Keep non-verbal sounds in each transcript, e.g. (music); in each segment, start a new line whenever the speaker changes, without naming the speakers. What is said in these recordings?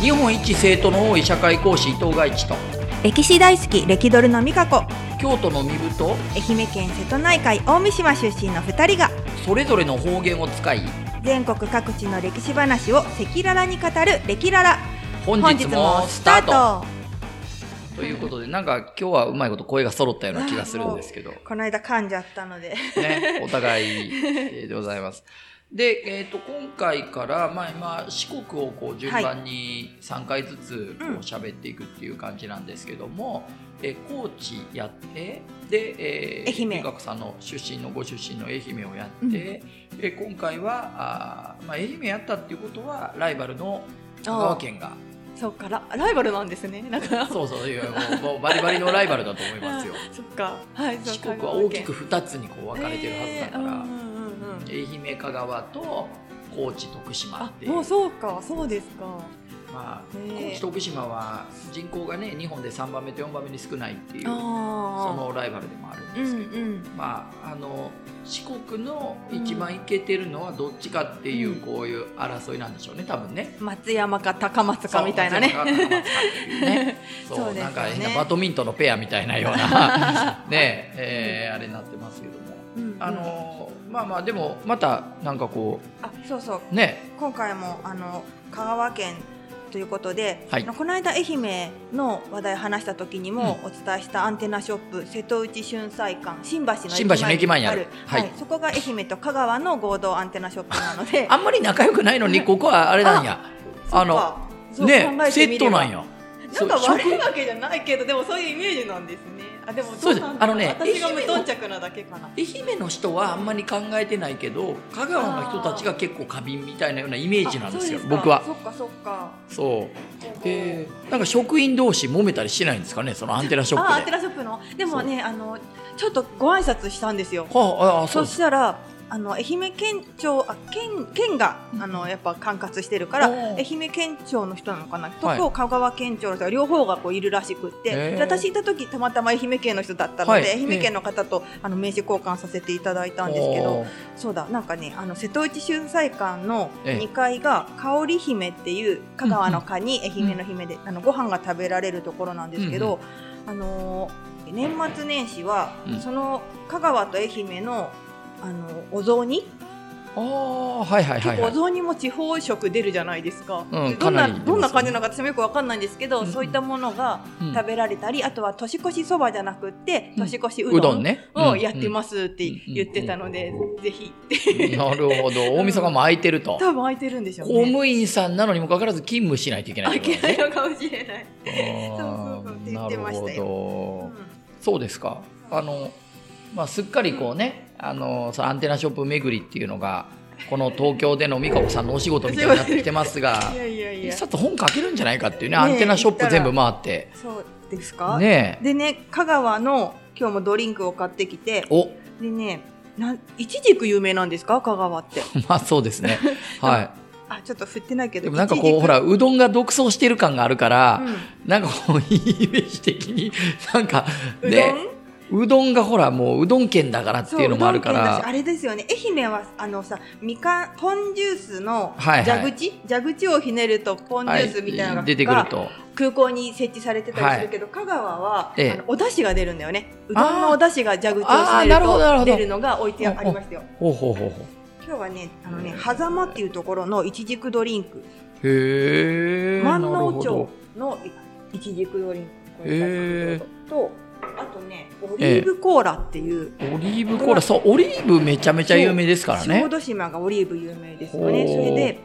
日本一生徒の多い社会講師伊藤外一と
歴史大好き歴ドルの美香子
京都の身分と
愛媛県瀬戸内海大三島出身の2人が
それぞれの方言を使い
全国各地の歴史話を赤裸々に語る「歴ララ」
本日もスタートということでなんか今日はうまいこと声が揃ったような気がするんですけど、
この間噛んじゃったので
ね、お互いえーでございます。で、えー、と今回から、まあ、今四国をこう順番に3回ずつこ
うん
う喋っていくっていう感じなんですけども、えー高知やってで、えー、
愛媛
美香子さんの出身のご出身の愛媛をやって、
うん
えー今回はあー、まあ、愛媛やったっていうことはライバルの香川県が
そうかラライバルなんですね。なんか
そうそういやもうもうバリバリのライバルだと思いますよ。
そっかはい。 (laughs) そう
四国は大きく2つにこう分かれてるはずだから。
えーうんうんうんうん
愛媛香川と高知徳島っ
あ
ていう
もうそうかそうですか。
まあ、
ね
高知徳島は人口がね日本で3番目と4番目に少ないっていう
あ
そ
あ
のライバルでもあるん
う
で
ん
す
う
けど、
ん
まああの四国の一番いけてるのはどっちかっていう、
うん
こういう争いなんでしょうね多分ね。
松山か高松かみたいなね。
そう。松山か高松かってい
(laughs)
うねそう
そうですよね
なんか変なバドミントンのペアみたいなよう
(laughs)
なねえーあれになってますけども。
うんうん
あのまあまあでもまたなんかこ
あそうそう
うね
今回もあの香川県ということで、
はい
あのこの間愛媛の話題話した時にもお伝えしたアンテナショップ、瀬戸内春菜館新橋の駅
新橋の駅前にあるは
はいいそこが愛媛と香川の合同アンテナショップなので
(laughs) あんまり仲良くないのにここはあれなんやあの
そうかそう
ね
考え
セ
てみ
ッ
れ
ト
ば
なんや
なんか
そう
悪いわけじゃないけどでもそういうイメージなんですね。あでも
そうです
なんだ
あのね
私が無頓着なだけかな。
愛媛の人はあんまり考えてないけど香川の人たちが結構過敏みたいなようなイメージなんですよ
あそうですか
僕は
そっかそっか
そうでなんか職員同士揉めたりしてないんですかねそのアンテナショ
あ
ッ
アン
プ
テ
で
ナショップのでもねあのちょっとご挨拶したんですよ
はああそう
そ
です
したらあの愛媛県庁あ県県があのやっぱ管轄してるから
おー
愛媛県庁の人なのかな、
はい
と香川県庁の人が両方がこういるらしくっ
へ
て
ー
で私いた時たまたま愛媛県の人だったので、
はい
愛媛県の方とあの名刺交換させていただいたんですけど
おー
そうだなんかねあの瀬戸内春菜館の
ええ
2階が香り姫っていう香川の蚊に愛媛の姫で、あのご飯が食べられるところなんですけど、あのー年末年始は、
うん
その香川と愛媛のあのお雑煮、
あーはいはいはい
結構
は
お
い
雑煮も地方色出るじゃないですか。
うん
でどんな
かなり出ますね
どんな感じなのか私もよくわかんないんですけど、
うんうん
そういったものが
うん
食べられたり、あとは年越しそばじゃなくって
うん
年越しう
う
ど
ど
ん
んね
をやって
す
ますって言ってたので、ぜひ
なるほど大晦日も空いてる
(laughs)
と
多分空いてるんでしょう
公
ね。
務員さんなのにもかかわらず勤務しないといけないって
開
ことね
けないのかもしれない。
あ
そうそうそうっ
ー
て言
な
って
る
ましたよ
ほど
うん
そうですかあの、まあ、すっかりこうねあのそのアンテナショップ巡りっていうのがこの東京での美香子さんのお仕事みたいになってきてますが
(laughs) いやいやい
一
や。
冊本書けるんじゃないかっていうね
ね
ア
え
ンテナショップ全部回って
そうですか。
ねえ
でね香川の今日もドリンクを買ってきて
お (laughs)
でねなんいちじく有名なんですか香
(laughs)
川って。
まあそうです
(laughs)
ねは
あちょっと振ってないけ
い
ど。
でもなんか
いちじ
こう
く
ほ。らうどんが独走してる感があるから、
うん
なんかこういいイメージ的に (laughs) なんか
うどん、
ねうどんがほらもううどん県だからって
そ
いうのもあるか
うどん県だし
ら
あれですよね愛媛はあのさみかんポンジュースの
はいはい
蛇口、蛇口をひねるとポンジュースみたいなのが、
はい出てくると
空港に設置されてたりするけど、香川は、
ええ
あのお出汁が出るんだよねうどんのお出汁が蛇口を
あー
ひね
な
る
るほどなるほ
と
ど
出るのが置いてありましたよ
ほうほうほうほう
今日はねあのね狭間っていうところのいちじくドリンク
へえ。
万
なる
能
ほ
町
ど
のいいちじくドリンク
へ
とあとねオリーブコーラっていう、
オリーブコーラ、そう、オリーブめちゃめちゃ有名ですから
小
ね。
豆島がオリーブ有名ですよね
ほう
それで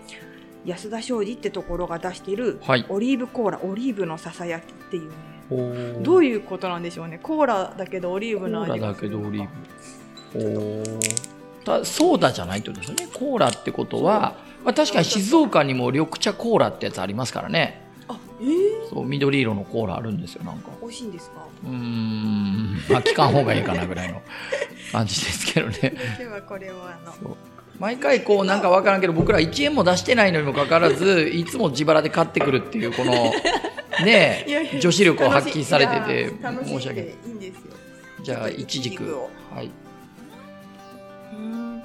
安田商事ってところが出している
はい。
オリーブコーラオリーブのささやきっていうね
ど
ど
ういうことなんでしょうね。コーラだけどオリー
コ
ブの
ーラ
味が
だ
す
け
る
ど
のか
オリーブ。おーだソーダじゃないってことですよね。コーラってことは、まあ、確かに静岡にも緑茶コーラってやつありますからね。
あえー、
そう、緑色のコーラあるんですよ、なんか。
美味しいんですか
うーん、まあ、聞かん方がいいかなぐらいの感じですけどね。
ではこれはあの
毎回こうなんか分からんけど僕ら1円も出してないのにもかかわら
(laughs)
ずいつも自腹で買ってくるっていうこのね
いやい
(laughs)
え
や
女子力を発揮されてて
いや楽し
申し
ん
訳ない
でいいんですよ
じゃあいちじ
いちじ
く
くを
はい
うん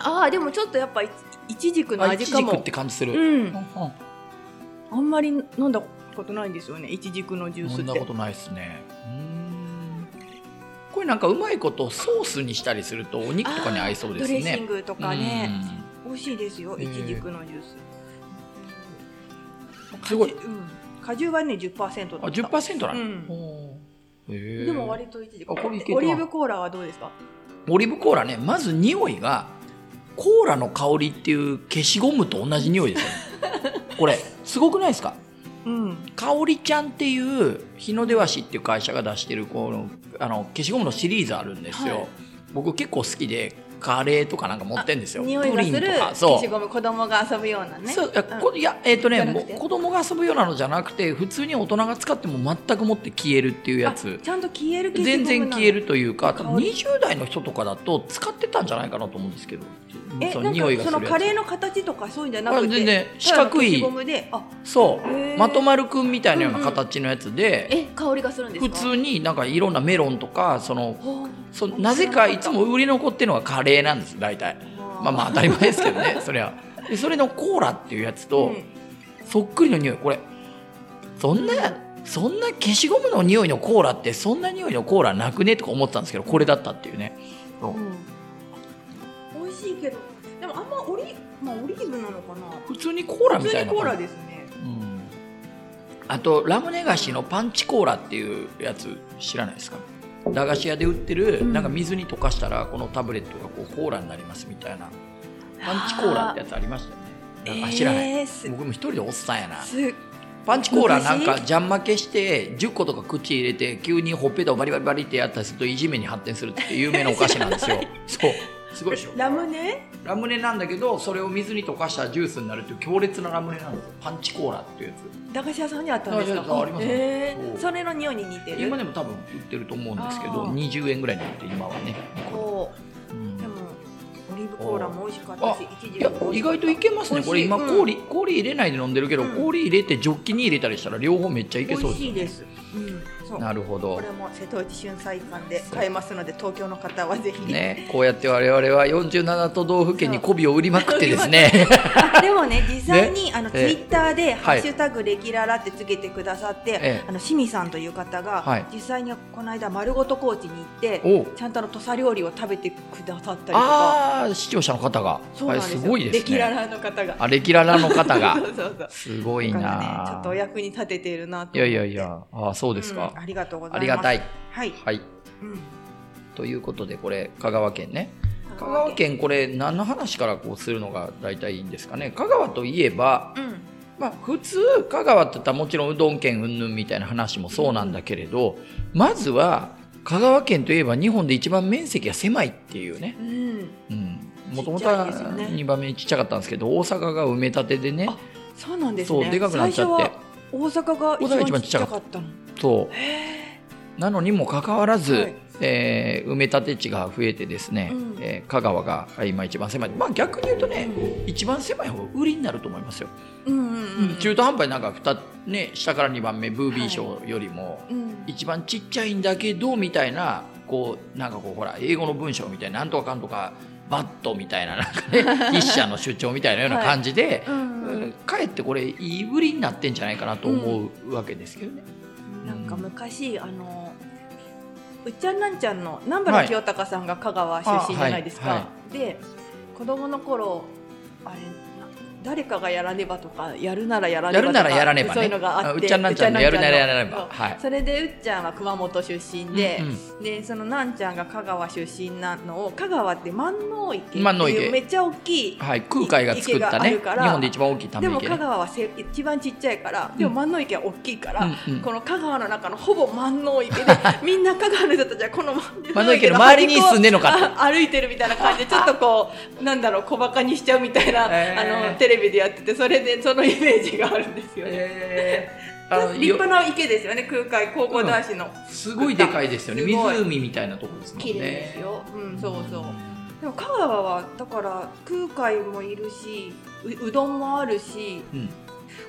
ああでもちょっとやっぱいいちじくの
あい
味
ち
か
じく
も
って感じする、
うん
うんうん
あんまり飲んだことないんですよねいちじくのジュース
飲ん
っ
だ
て
ことないですねうんこれなんかうまいことソースにしたりするとお肉とかに合いそうで
ド
す
レッシン
ね
グとかね、美味しいですよいちじくのジュース、
うんすごい
うん、果汁はね10%だった
あ10%なの、
うん
おーへー
でも割といちじく
あこれいけた
オリーブコーラはどうですか
オリーブコーラねまず匂いがコーラの香りっていう消しゴムと同じ匂いですよ、
(laughs)
ね、これすごくないですか
うん
香りちゃんっていう日の出和紙っていう会社が出してるこのあの消しゴムのシリーズあるんですよ、
はい
僕結構好きでカレーとかなんか持ってんですよ
匂いがす
プ
る
リンとか
消
そ
し
う
ゴム子供が遊ぶようなね
そういや,
ん
こ、いやえっ、と
じ
ね
ゃなく
もう
て
子供が遊ぶようなのじゃなくて普通に大人が使っても全く持って消えるっていうやつ
あちゃんと消える消しゴム
全
なの
然消えるというか多
香り
分20代の人とかだと使ってたんじゃないかなと思うんですけど
え
そ
な
の
ん
匂い
か
がす
その
る
カ
やつ
レーの形とかそういうんじゃな
あ
くて
全然四
ただの
角
消し
い
ゴムであ
そ
へー
うまとまるくんみたいなような形のやつで、
え香りがするんです
普
か
通になんかいろんなメロンとかその
ほう
そ
面白い
なぜかいつも売れ残ってるのがカレーなんです大体まあまあ当たり前ですけどね (laughs) そりゃでそれのコーラっていうやつと、
うん
そっくりの匂いこれそんなそんな消しゴムの匂いのコーラってそんな匂いのコーラなくねとか思ってたんですけどこれだったっていうね
うん、美味しいけどでもあんまオリ,、まあ、オリーブなのかな
普通にコーラみ
普
た
通
い
に
な感じ
コーラですね
うんあとラムネ菓子のパンチコーラっていうやつ知らないですか駄菓子屋で売ってる、
うん
なんか水に溶かしたらこのタブレットがこうコーラになりますみたいなパンチコーラってやつありましたよねあ知らない、
えーす
僕も一人でおっさんやな
す
パンチコーラなんか
昔
ジャン負けして10個とか口入れて急にほっぺたをバリバリバリってやったりするといじめに発展するって有名なお菓子なん
(laughs)
ですよそうすごいでしょ
ラムネ
ラムネなんだけどそれを水に溶かしたらジュースになるっていう強烈なラムネなんですよパンチコーラっていうやつ
駄菓子屋さんにあったんです
駄菓子屋さん
か
ありますね
えー
そう
それの匂いに似てる
今でも多分売ってると思うんですけど
あー
20円ぐらいになって今はね、
こ
う
うで
ん
もオリーブコーラも美味しかったし一時
いや意外といけますねこれ今氷,、氷入れないで飲んでるけど、
うん
氷入れてジョッキに入れたりしたら両方めっちゃい
美
けそう
味
です
し
よ
い
ね
です、うん、そう
なるほど
これも瀬戸内春菜館で買えますので東京の方はぜひ、
ね、こうやって我々は47都道府県に媚びを売りまくってです
(laughs)
ね
あ (laughs) でもね実際に、あのツイ
ええ
ッターで「ハ
はい
ッシュタグレキララ」ってつけてくださって、
ええ
あの清水さんという方が、
はい
実際にこの間丸ごと高知に行って
おう
ちゃんとあの土佐料理を食べてくださったりとか
あー視聴者の方が
そうなん
あ
で
れ
す
す
よ
ごいで
レ
す
キラ
ね
ラの方が
あレキララの方が
(laughs) そうそうそう
すごい
だからねちょ
な
っとお役に立てているなと
いやいやいやあーそうですか
うん、ありがとうございます
ありがた
い、
い
はい
はい
うん、
ということでこれ香川県ね香川県これ何の話からこうするのが大体いいんですかね香川といえば、
うん
まあ、普通香川って言ったらもちろんうどん県うんぬんみたいな話もそうなんだけれどまずは香川県といえば日本で一番面積が狭いっていうね
うん、
もとも
ちっ
と
ちゃい
は
ですよね
2番目にちっちゃかったんですけど大阪が埋め立てでね
あそうなんです
そ
ね
うでかくなっちゃって
最初は大阪が
大阪が
一
一
番
番ちっ
ちっち
ち
ゃ
ゃ
か
か
ったの
そう
へ
なのにもかかわらず、
はい
えー埋め立て地が増えてですね、
うん
えー香川が今一番狭いまあ逆に言うと
え、
ね、一番狭い方が売りになると思いますよ、
うん、うんうんうん
中途半端になんか2、ね、下から2番目ブービー賞よりも
うん
一番ちっちゃいんだけどみたいなこうなんかこうほら英語の文章みたいななんとかかんとかバットみたいななんか
(laughs)
ね筆者の主張みたいなような感じで、
うんうん
うんかえってこれいい売りになってんじゃないかなと思うわけですけどね。
なんか昔あのうっちゃんなんちゃんの南原清隆さんが香川出身じゃないですか。
あは
で子供の頃あれな誰かがやらねばとかやるならやらねば
やる
とか
ならやらねば
そうい
ね。
うのがあ
あ
っ
う
て
っちゃんなんちゃんのやるならやらね
そう
ば。はい。
それでうっちゃんは熊本出身で、
うん
でそのなんちゃんが香川出身なのを香川って万能池って
万能
い
池
うめっちゃ大きい
はい、空海が作ったね。
池が
日
あるから
本で一番大きいため
でも
池
香
ね。
川はせ一番ちっちゃいからでも万能池は大きいから、
うんうん
この香川の中のほぼ万能
(laughs)
池でみんな香川の人たちはこの
万能池の周りに住んでんのか
あ歩いてるみたいな感じで
(laughs)
ちょっとこうなんだろう小バカにしちゃうみたいな、
えー
あのテレビでやっててそれでそのイメージがあるんですよね。
え
(laughs)
ーあの
立派な池ですよね空海高校男子の、
すごいでかいですよね。
すごい
湖みたいなところですもんね。
綺麗ですよ、うんそうそうでも香川はだから空海もいるしううどんもあるし
うん。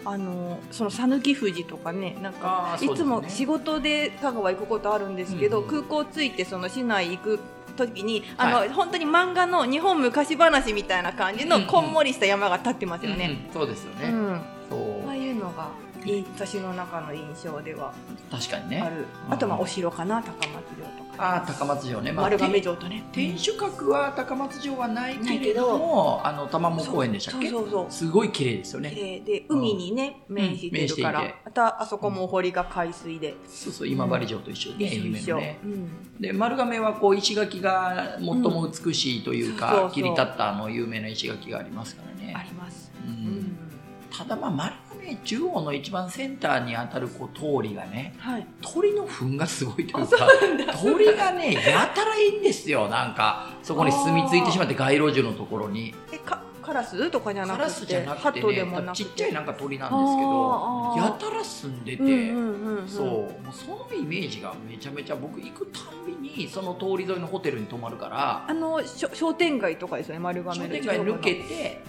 あのその讃岐富士とかねなんか
あーそう
い
で
つ
すね
も仕事で香川行くことあるんですけど、
うん
空港着いてその市内行く時にあの、
は
本当に漫画の日本昔話みたいな感じ
うん
の
うん
こんもりした山が立ってますよね。
うんうんそうですよ
う
ね、
ん
そう
ああいうのがいい私の中の印象では
確かに
あ
ね
る、あとまあお城かな高松城とか、
ああ高松城ね、まあ、
丸
天
亀城とね
天守閣は高松城はないけれどもあの玉門公園でしたっけ
そうそうそう
すごい綺麗ですよ
綺
ね
麗で海にね、面してるから、
面していて
またあそこもお堀が海水で、
そうそう今治城と一緒で、ね
一緒
愛媛
一
の
緒、
ね
うん、
で丸亀はこう石垣が最も美しいという
うんそう
か、
そうそう
切り立ったあの有名な石垣がありますから
あ
ね、
ります、
う
うん
ん、ただまあ丸亀中央の一番センターにあたるこう通りがね
はい
鳥の糞がすごいというか鳥がねやたらいいんですよなんかそこに住み着いてしまって街路樹のところに
えかカラスとかじゃ
カ
なくて
ラスじゃな
ハ
くて
トで
ね
もなくて
ちっちゃいなんか鳥なん
あーあー
ですけどやたら住んでて、
うんうんうんうん、
そうもうそのイメージがめちゃめちゃ僕行くたんびにその通り沿いのホテルに泊まるから
あのしょ商店街とかですよね丸亀
商
の
店街抜けて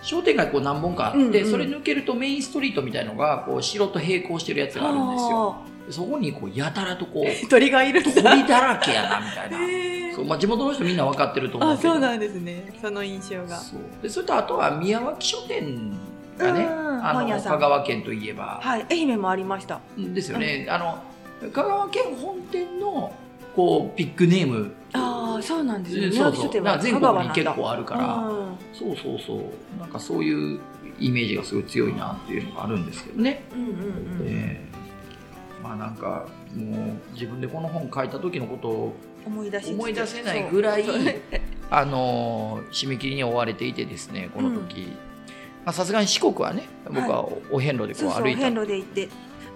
商店街こう何本かあって、
うんうん
それ抜けるとメインストリートみたいのがこう城と並行してるやつがあるんですよそこにこうやたらとこう
鳥がいるんだ
鳥だらけやなみたいな、
へー
そうまあ、地元の人みんな分かってると思う
あ
けど
そうなんですねその印象が
そうでそれとあとは宮脇書店がね、
うん
あ
本
の
屋さん
香川県といえば
はい愛媛もありました
ですよね、あの香川県本店のこうビッグネーム
ああそうなんですね
そうそ
宮崎
う
書店
だか
は
ら全
香
国
川
に
なん
結
だ
構あるから
うん
そうそうそうなんかそういうイメージがすごい強いなっていうのがあるんですけどね、
うんうんうん
ええまあなんかもう自分でこの本書いた時のことを
思い出しつつ
思い出せないぐらい
そうそう
あのー締め切りに追われていてですねこの時まあさすがに四国はね僕はおお遍路でこ
そう
う
そう
歩いた
遍路で行って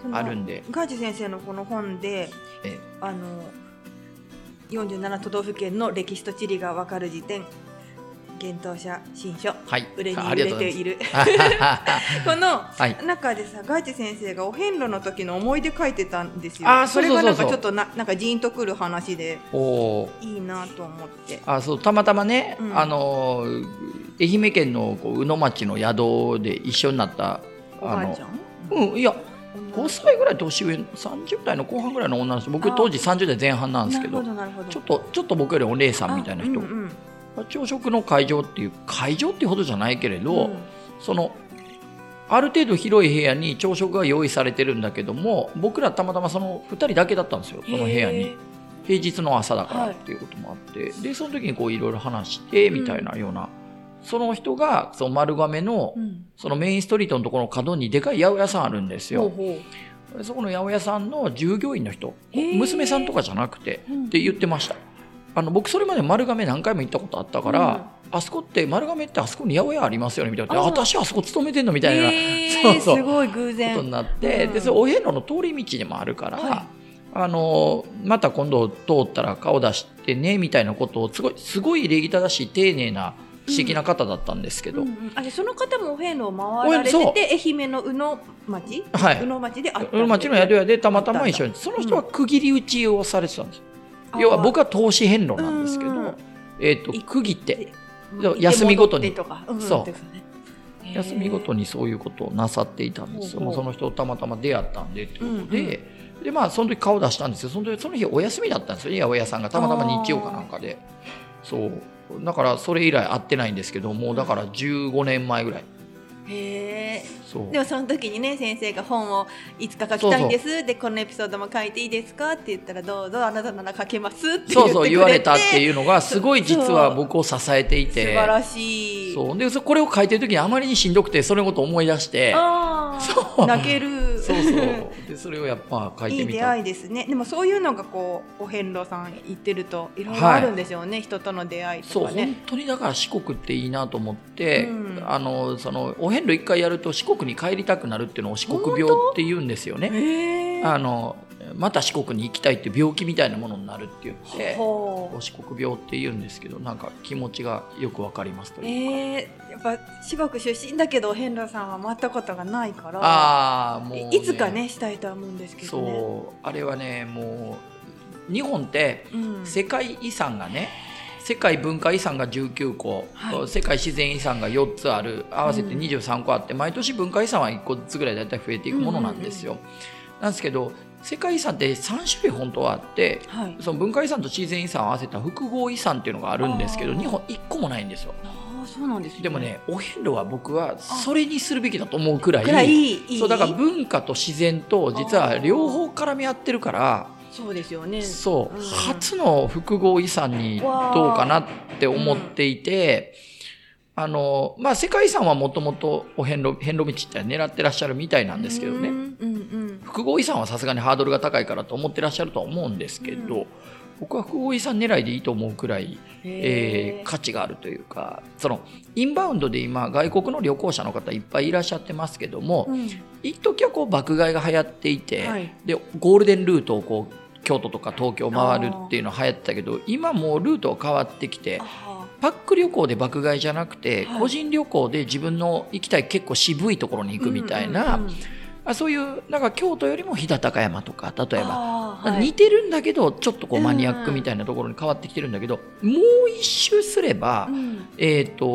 その
あるんで
ガーチ先生のこの本で
え
あの47都道府県の歴史と地理がわかる辞典幻冬舎新書
はい
売れに
あ
売
りがと
れ
うござ
て
い (laughs)
いる
ます
この
はい
中でさガーチ先生がお遍路の時の思い出書いてたんですよ
あーそうそうそうそう
れがなんかちょっとななんかジーンとくる話で
おおー
いいなと思って
あそうたまたまね、
うん
あのー愛媛県のこう宇野町の宿で一緒になった
おばあちゃ
の
ん
うんいや5歳ぐらい年上30代の後半ぐらいの女の人僕
あ
当時30代前半なんです
な
け
る
ど
ほどなるほど
ちょっとちょっと僕よりお姉さんみたいな人、
あうんうん
朝食の会場っていう会場っていうほどじゃないけれど、
うん
そのある程度広い部屋に朝食が用意されてるんだけども僕らたまたまその2人だけだったんですよその部屋
へ
に
ー
平日の朝だから
はい
っていうこともあって、でその時にこういろいろ話してみたいなような、その人がその丸亀の
うん
そのメインストリートのところの角にでかい八百屋さんあるんです
ほう
よ、
ほ
でそこの八百屋さんの従業員の人
へー
娘さんとかじゃなくて
ううん
って言ってましたあの僕それまで丸亀何回も行ったことあったから、あそこって丸亀ってあそこに八百屋ありますよねみたいな
あ
私あそこ勤めてんのみたいな
へー
そうそう
すごい偶
こ
然
とになって、
うん
でそれお遍路の通り道でもあるから、
は
あのまた今度通ったら顔出してねみたいなことをすごいすごい礼儀正しい丁寧な素敵な方だったんですけど、
うんうんあじゃあその方もお遍路を回られ
お
て
そう
て愛媛の宇野町、
は
宇
い
野町であった
うん町の宿屋でたまたま一緒
あ
にその人は区切り打ちをされてたんですよ、要は僕は投資遍路なんですけど、
うんうん
えー、と
い
区切って
うん
休みごとに
行って戻ってとか、ん
そう
ですよねへー
休みごとにそういうことをなさっていたんですよ、
ほうほう
その人とたまたま出会ったんでということで、でまあその時顔出したんですよその時その日お休みだったんですよ八百屋さんがたまたま日曜かなんかでそうだからそれ以来会ってないんですけどもうだから15年前ぐらい
へー
そう
でもその時にね先生が本をいつか書きたいんですでこのエピソードも書いていいですかって言ったらどうぞあなたなら書けますって言
そ
っ
う
て
そう
くれて
言われたっていうのがすごい
そう
実は僕を支えてい
素
て
晴らしい
そうでそこれを書いてる時にあまりにしんどくてそれのことを思い出して
あ
そ
あ
う
泣ける
そうそうでそれをやっぱ書い
い
て
い
み
出
た
会いですね。でもそういうのがこうお遍路さん行ってるといろいろあるんでしょうね、人との出会いと
そう
かね
本。当にだから四国っていいなと思って、
うん
あのそのお遍路一回やると四国に帰りたくなるっていうのを四国病って言うんですよね。
へえ
あのまた四国に行きたいっていう病気みたいなものになるって言って
ほう。
四国病って言うんですけどなんか気持ちがよくわかりますというか、
ええやっぱ四国出身だけどお遍路さんは回ったことがないから、
ああもう、
いいつかねしたいとは思うんですけどね。
そうあれはねもう日本って
うん
世界遺産がね世界文化遺産が19個、
はい
世界自然遺産が4つある合わせて
うん
23個あって、毎年文化遺産は1個ずつぐらいだいたい増えていくものなんですよ。なんですけど世界遺産って3種類本当はあって
はい。
その文化遺産と自然遺産を合わせた複合遺産っていうのがあるんですけど
あー
日本1個もないんですよ
ああ、そうなんですね。
でも。ねお遍路は僕はそれにするべきだと思うくらい
くらいいい。
そうだから文化と自然と実は両方絡み合ってるから
そうですよね。
そう、
うん
初の複合遺産にどうかなって思っていて、あのまあ、世界遺産はもともとお遍路遍路道って狙ってらっしゃるみたいなんですけどね、
うんうんうん。
複合遺産はさすがにハードルが高いからと思ってらっしゃるとは思うんですけど、
う
僕は複合遺産狙いでいいと思うくらい、えー
へー
価値があるというかそのインバウンドで今外国の旅行者の方いっぱいいらっしゃってますけども、
うん
一時はこう爆買いが流行っていて。
はい。
でゴールデンルートをこう京都とか東京を回るっていうのは流行ってたけど今もうルートが変わってきて
あ
パック旅行で爆買いじゃなくて、
はい
個人旅行で自分の行きたい結構渋いところに
ー
行くみたいな、
うんうんうん
あそういうなんか京都よりも飛騨高山とか例えば。
あーはい
似てるんだけどちょっとこうマニアックみたいなところに変わってきてるんだけど、もう一周すれば、
うん
えっ、と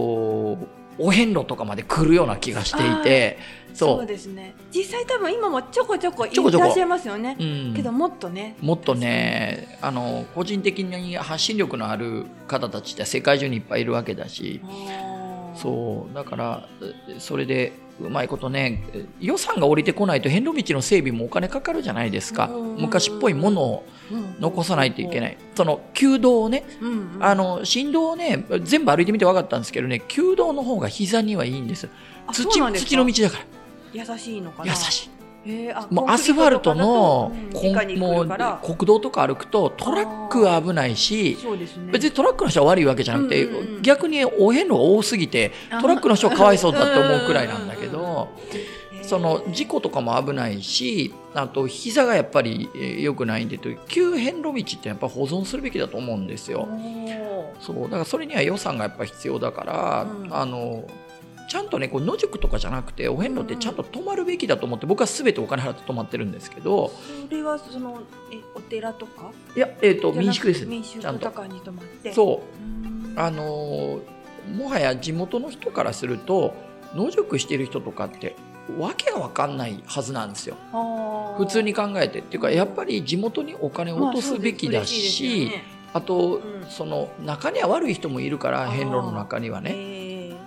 お遍路とかまで来るような気がしていて
そ
そうう
ですね。実際多分今もちょこちょこい
ちょこちょ
ら
こ
っしゃいますよね。
うん
けどもっとね。
もっとねあの個人的に発信力のある方たちって世界中にいっぱいいるわけだし
う。
そうだからえそれでうまいことねえ予算が降りてこないと遍路道の整備もお金かかるじゃないですか
うん
昔っぽいものを
うん
残さないといけないその旧道をね
うんうん
あの振動をね全部歩いてみて分かったんですけどね旧道の方が膝にはいいんです
あ
土
そうなんですか
土の道だか
優しいのからな。
優しい
へーあ
もう
コ
ア
ンクリ
ス
ー
ファルトの
と
こん
かだとうん地下に来
も
る
う
から
国道とか歩くとトラックは危ないし
そうですね。
別にトラックの人は悪いわけじゃなくて、
うんうんうん
逆にお遍路が多すぎて
あ
トラックの人はかわいそうだと思うくらいなんだけ
うんうんうん
ど
へー
その事故とかも危ないしあと膝がやっぱりえー良くないんでという急遍路道ってやっぱ保存するべきだと思うんです
お
よ。
ー
そうだからそれには予算がやっぱ必要だから、
うん
あのちゃんとねこう野宿とかじゃなくてお遍路ってちゃんと泊まるべきだと思って僕は全てお金払って泊まってるんですけど
それはそのえお寺とか
いや、えー、と
じゃな
民
く
宿です
民
ちゃ
宿
ん
と
と。
かに泊まって。う
そう
ーん。
あのーもはや地元の人からすると野宿してる人とかってわけが分かんないはずなんですよ
あー
普通に考えてっていうかやっぱり地元にお金を落とすべきだし,、あ、と、
うん
その中には悪い人もいるから
あー
遍路の中にはね
ね。へー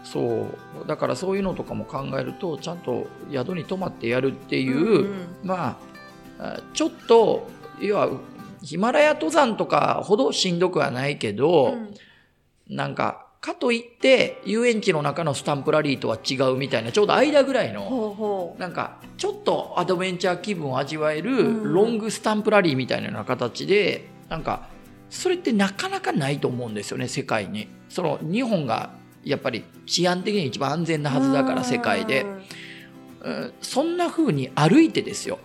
そうだからそういうのとかも考えるとちゃんと宿に泊まってやるっていう、
うんうん
まああちょっと要はヒマラヤ登山とかほどしんどくはないけど、
うん
なんか、かといって、遊園地の中のスタンプラリーとは違うみたいな、ちょうど間ぐらいの、
ほうほう。
なんか、ちょっとアドベンチャー気分を味わえ
うん
る、ロングスタンプラリーみたいなような形で、なんか、それってなかなかないと思うんですよね、世界に。その、日本が、やっぱり治安的に一番安全なはずだから、世界で。うんそんな風に歩いてですよ。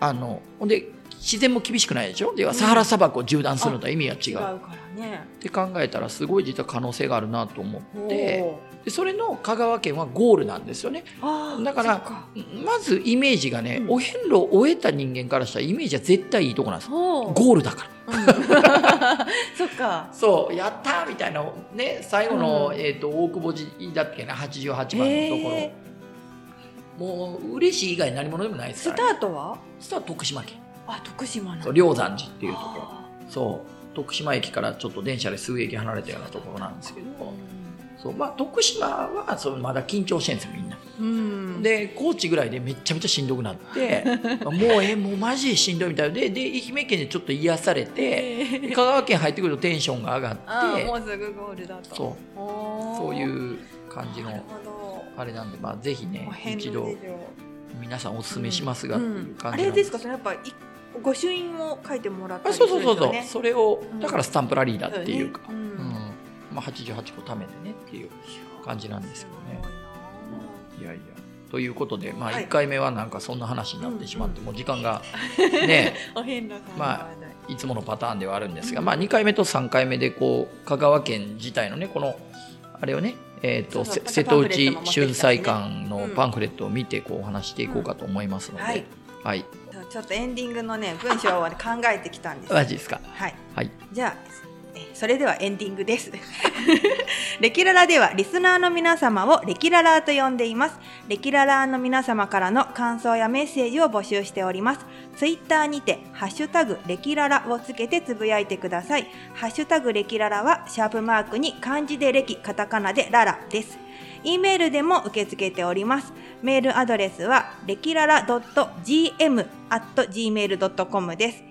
あの、ほんで、自然も厳しくないでしょでは、サハラ砂漠を縦断するのとは意味が
違う
違う。
からね。
って考えたらすごい実は可能性があるなと思って
ほ
でそれの香川県はゴールなんですよね
うあー
だから
そっか
まずイメージがね、
うん
お遍路を終えた人間からしたらイメージは絶対いいとこなんです
そう。
ゴールだから
うん (laughs) そっか。
そうやったーみたいなね最後の、
うん
えー、と大久保寺だっけな88番のところ、
へ
もう嬉しい以外何者でもないで
ー
す
ス
か
タ
ら、ね、
ートは？
スタート徳島県
あ、徳島なんだ
そう龍山寺っていうところ
あ
そう徳島駅からちょっと電車で数駅離れたようなところなんですけどそう、まあ、徳島はそのまだ緊張してるんですよみんな。
ーうん。
で高知ぐらいでめっちゃめちゃしんどくなって
(laughs)
もうえもうマジしんどいみたいでで愛媛県でちょっと癒されて
へ
香
ー、
川県入ってくるとテンションが上が
あ
っ
ーも
て
うすぐゴールだ
そ
と。。
う
そ
そういう感じ
なる
の
ほど。
あれなんで、まあ、ぜひね
お遍路
一
事
度
情
皆さんおすすめしますが、
うん
っていう
あ
感じ
れ
なん
ですか。そのやっぱい御朱印を書いてもらった
あ
りす
そ
る
うそうそうそう、
んですよね
それを
ん
だからスタンプラリーだっていうか、
う
うん
ん
まあ、88個貯めてねっていう感じなんですけどね
すごいな
や
い
いやということで、まあ、
はい
1回目はなんかそんな話になってしまって、
う
もう時間が
(laughs)
ね
あお遍路さんの
まあ
話題
いつものパターンではあるんですが、
うん
まあ、2回目と3回目でこう香川県自体のねこのあれをね、えー、と
そう
せ
そう
瀬
パ
戸
ンフレッ
内
トも持ってきたし
春
ね
祭館の
うん
パンフレットを見てこうお話していこうかと思いますので、
うん
は
はいい、
はい、
ちょっとエンディングのね文章はね考えてきたんです。
マジですか
はい。
はい
じゃあ、えそれではエンディングです。 (laughs) レキララではリスナーの皆様をレキララーと呼んでいます。レキララーの皆様からの感想やメッセージを募集しております。ツイッターにて、ハッシュタグレキララをつけてつぶやいてください。ハッシュタグレキララは、シャープマークに漢字でレキ、カタカナでララです。E メールでも受け付けております。メールアドレスは、レキララ .gm.gmail.com です。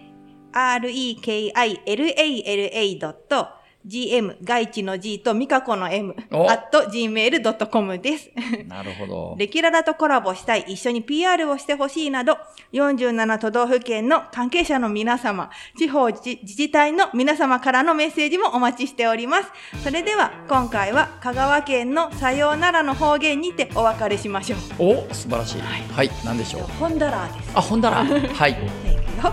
rekilala.gm 外地の G とミカコの M
お
at gmail.com (laughs) です。
なるほど。
レキララとコラボしたい、一緒に PR をしてほしいなど、47都道府県の関係者の皆様、地方自自治体の皆様からのメッセージもお待ちしております。それでは、今回は香川県のさようならの方言にてお別れしましょう。
お素晴らしい。はい、なんでしょう。
ホンダラーです。 (laughs)
あ、ほんだら。はい。
いくよ。ホ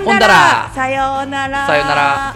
ン
ほんだ
ダラ
ら
ーさようなら
さようなら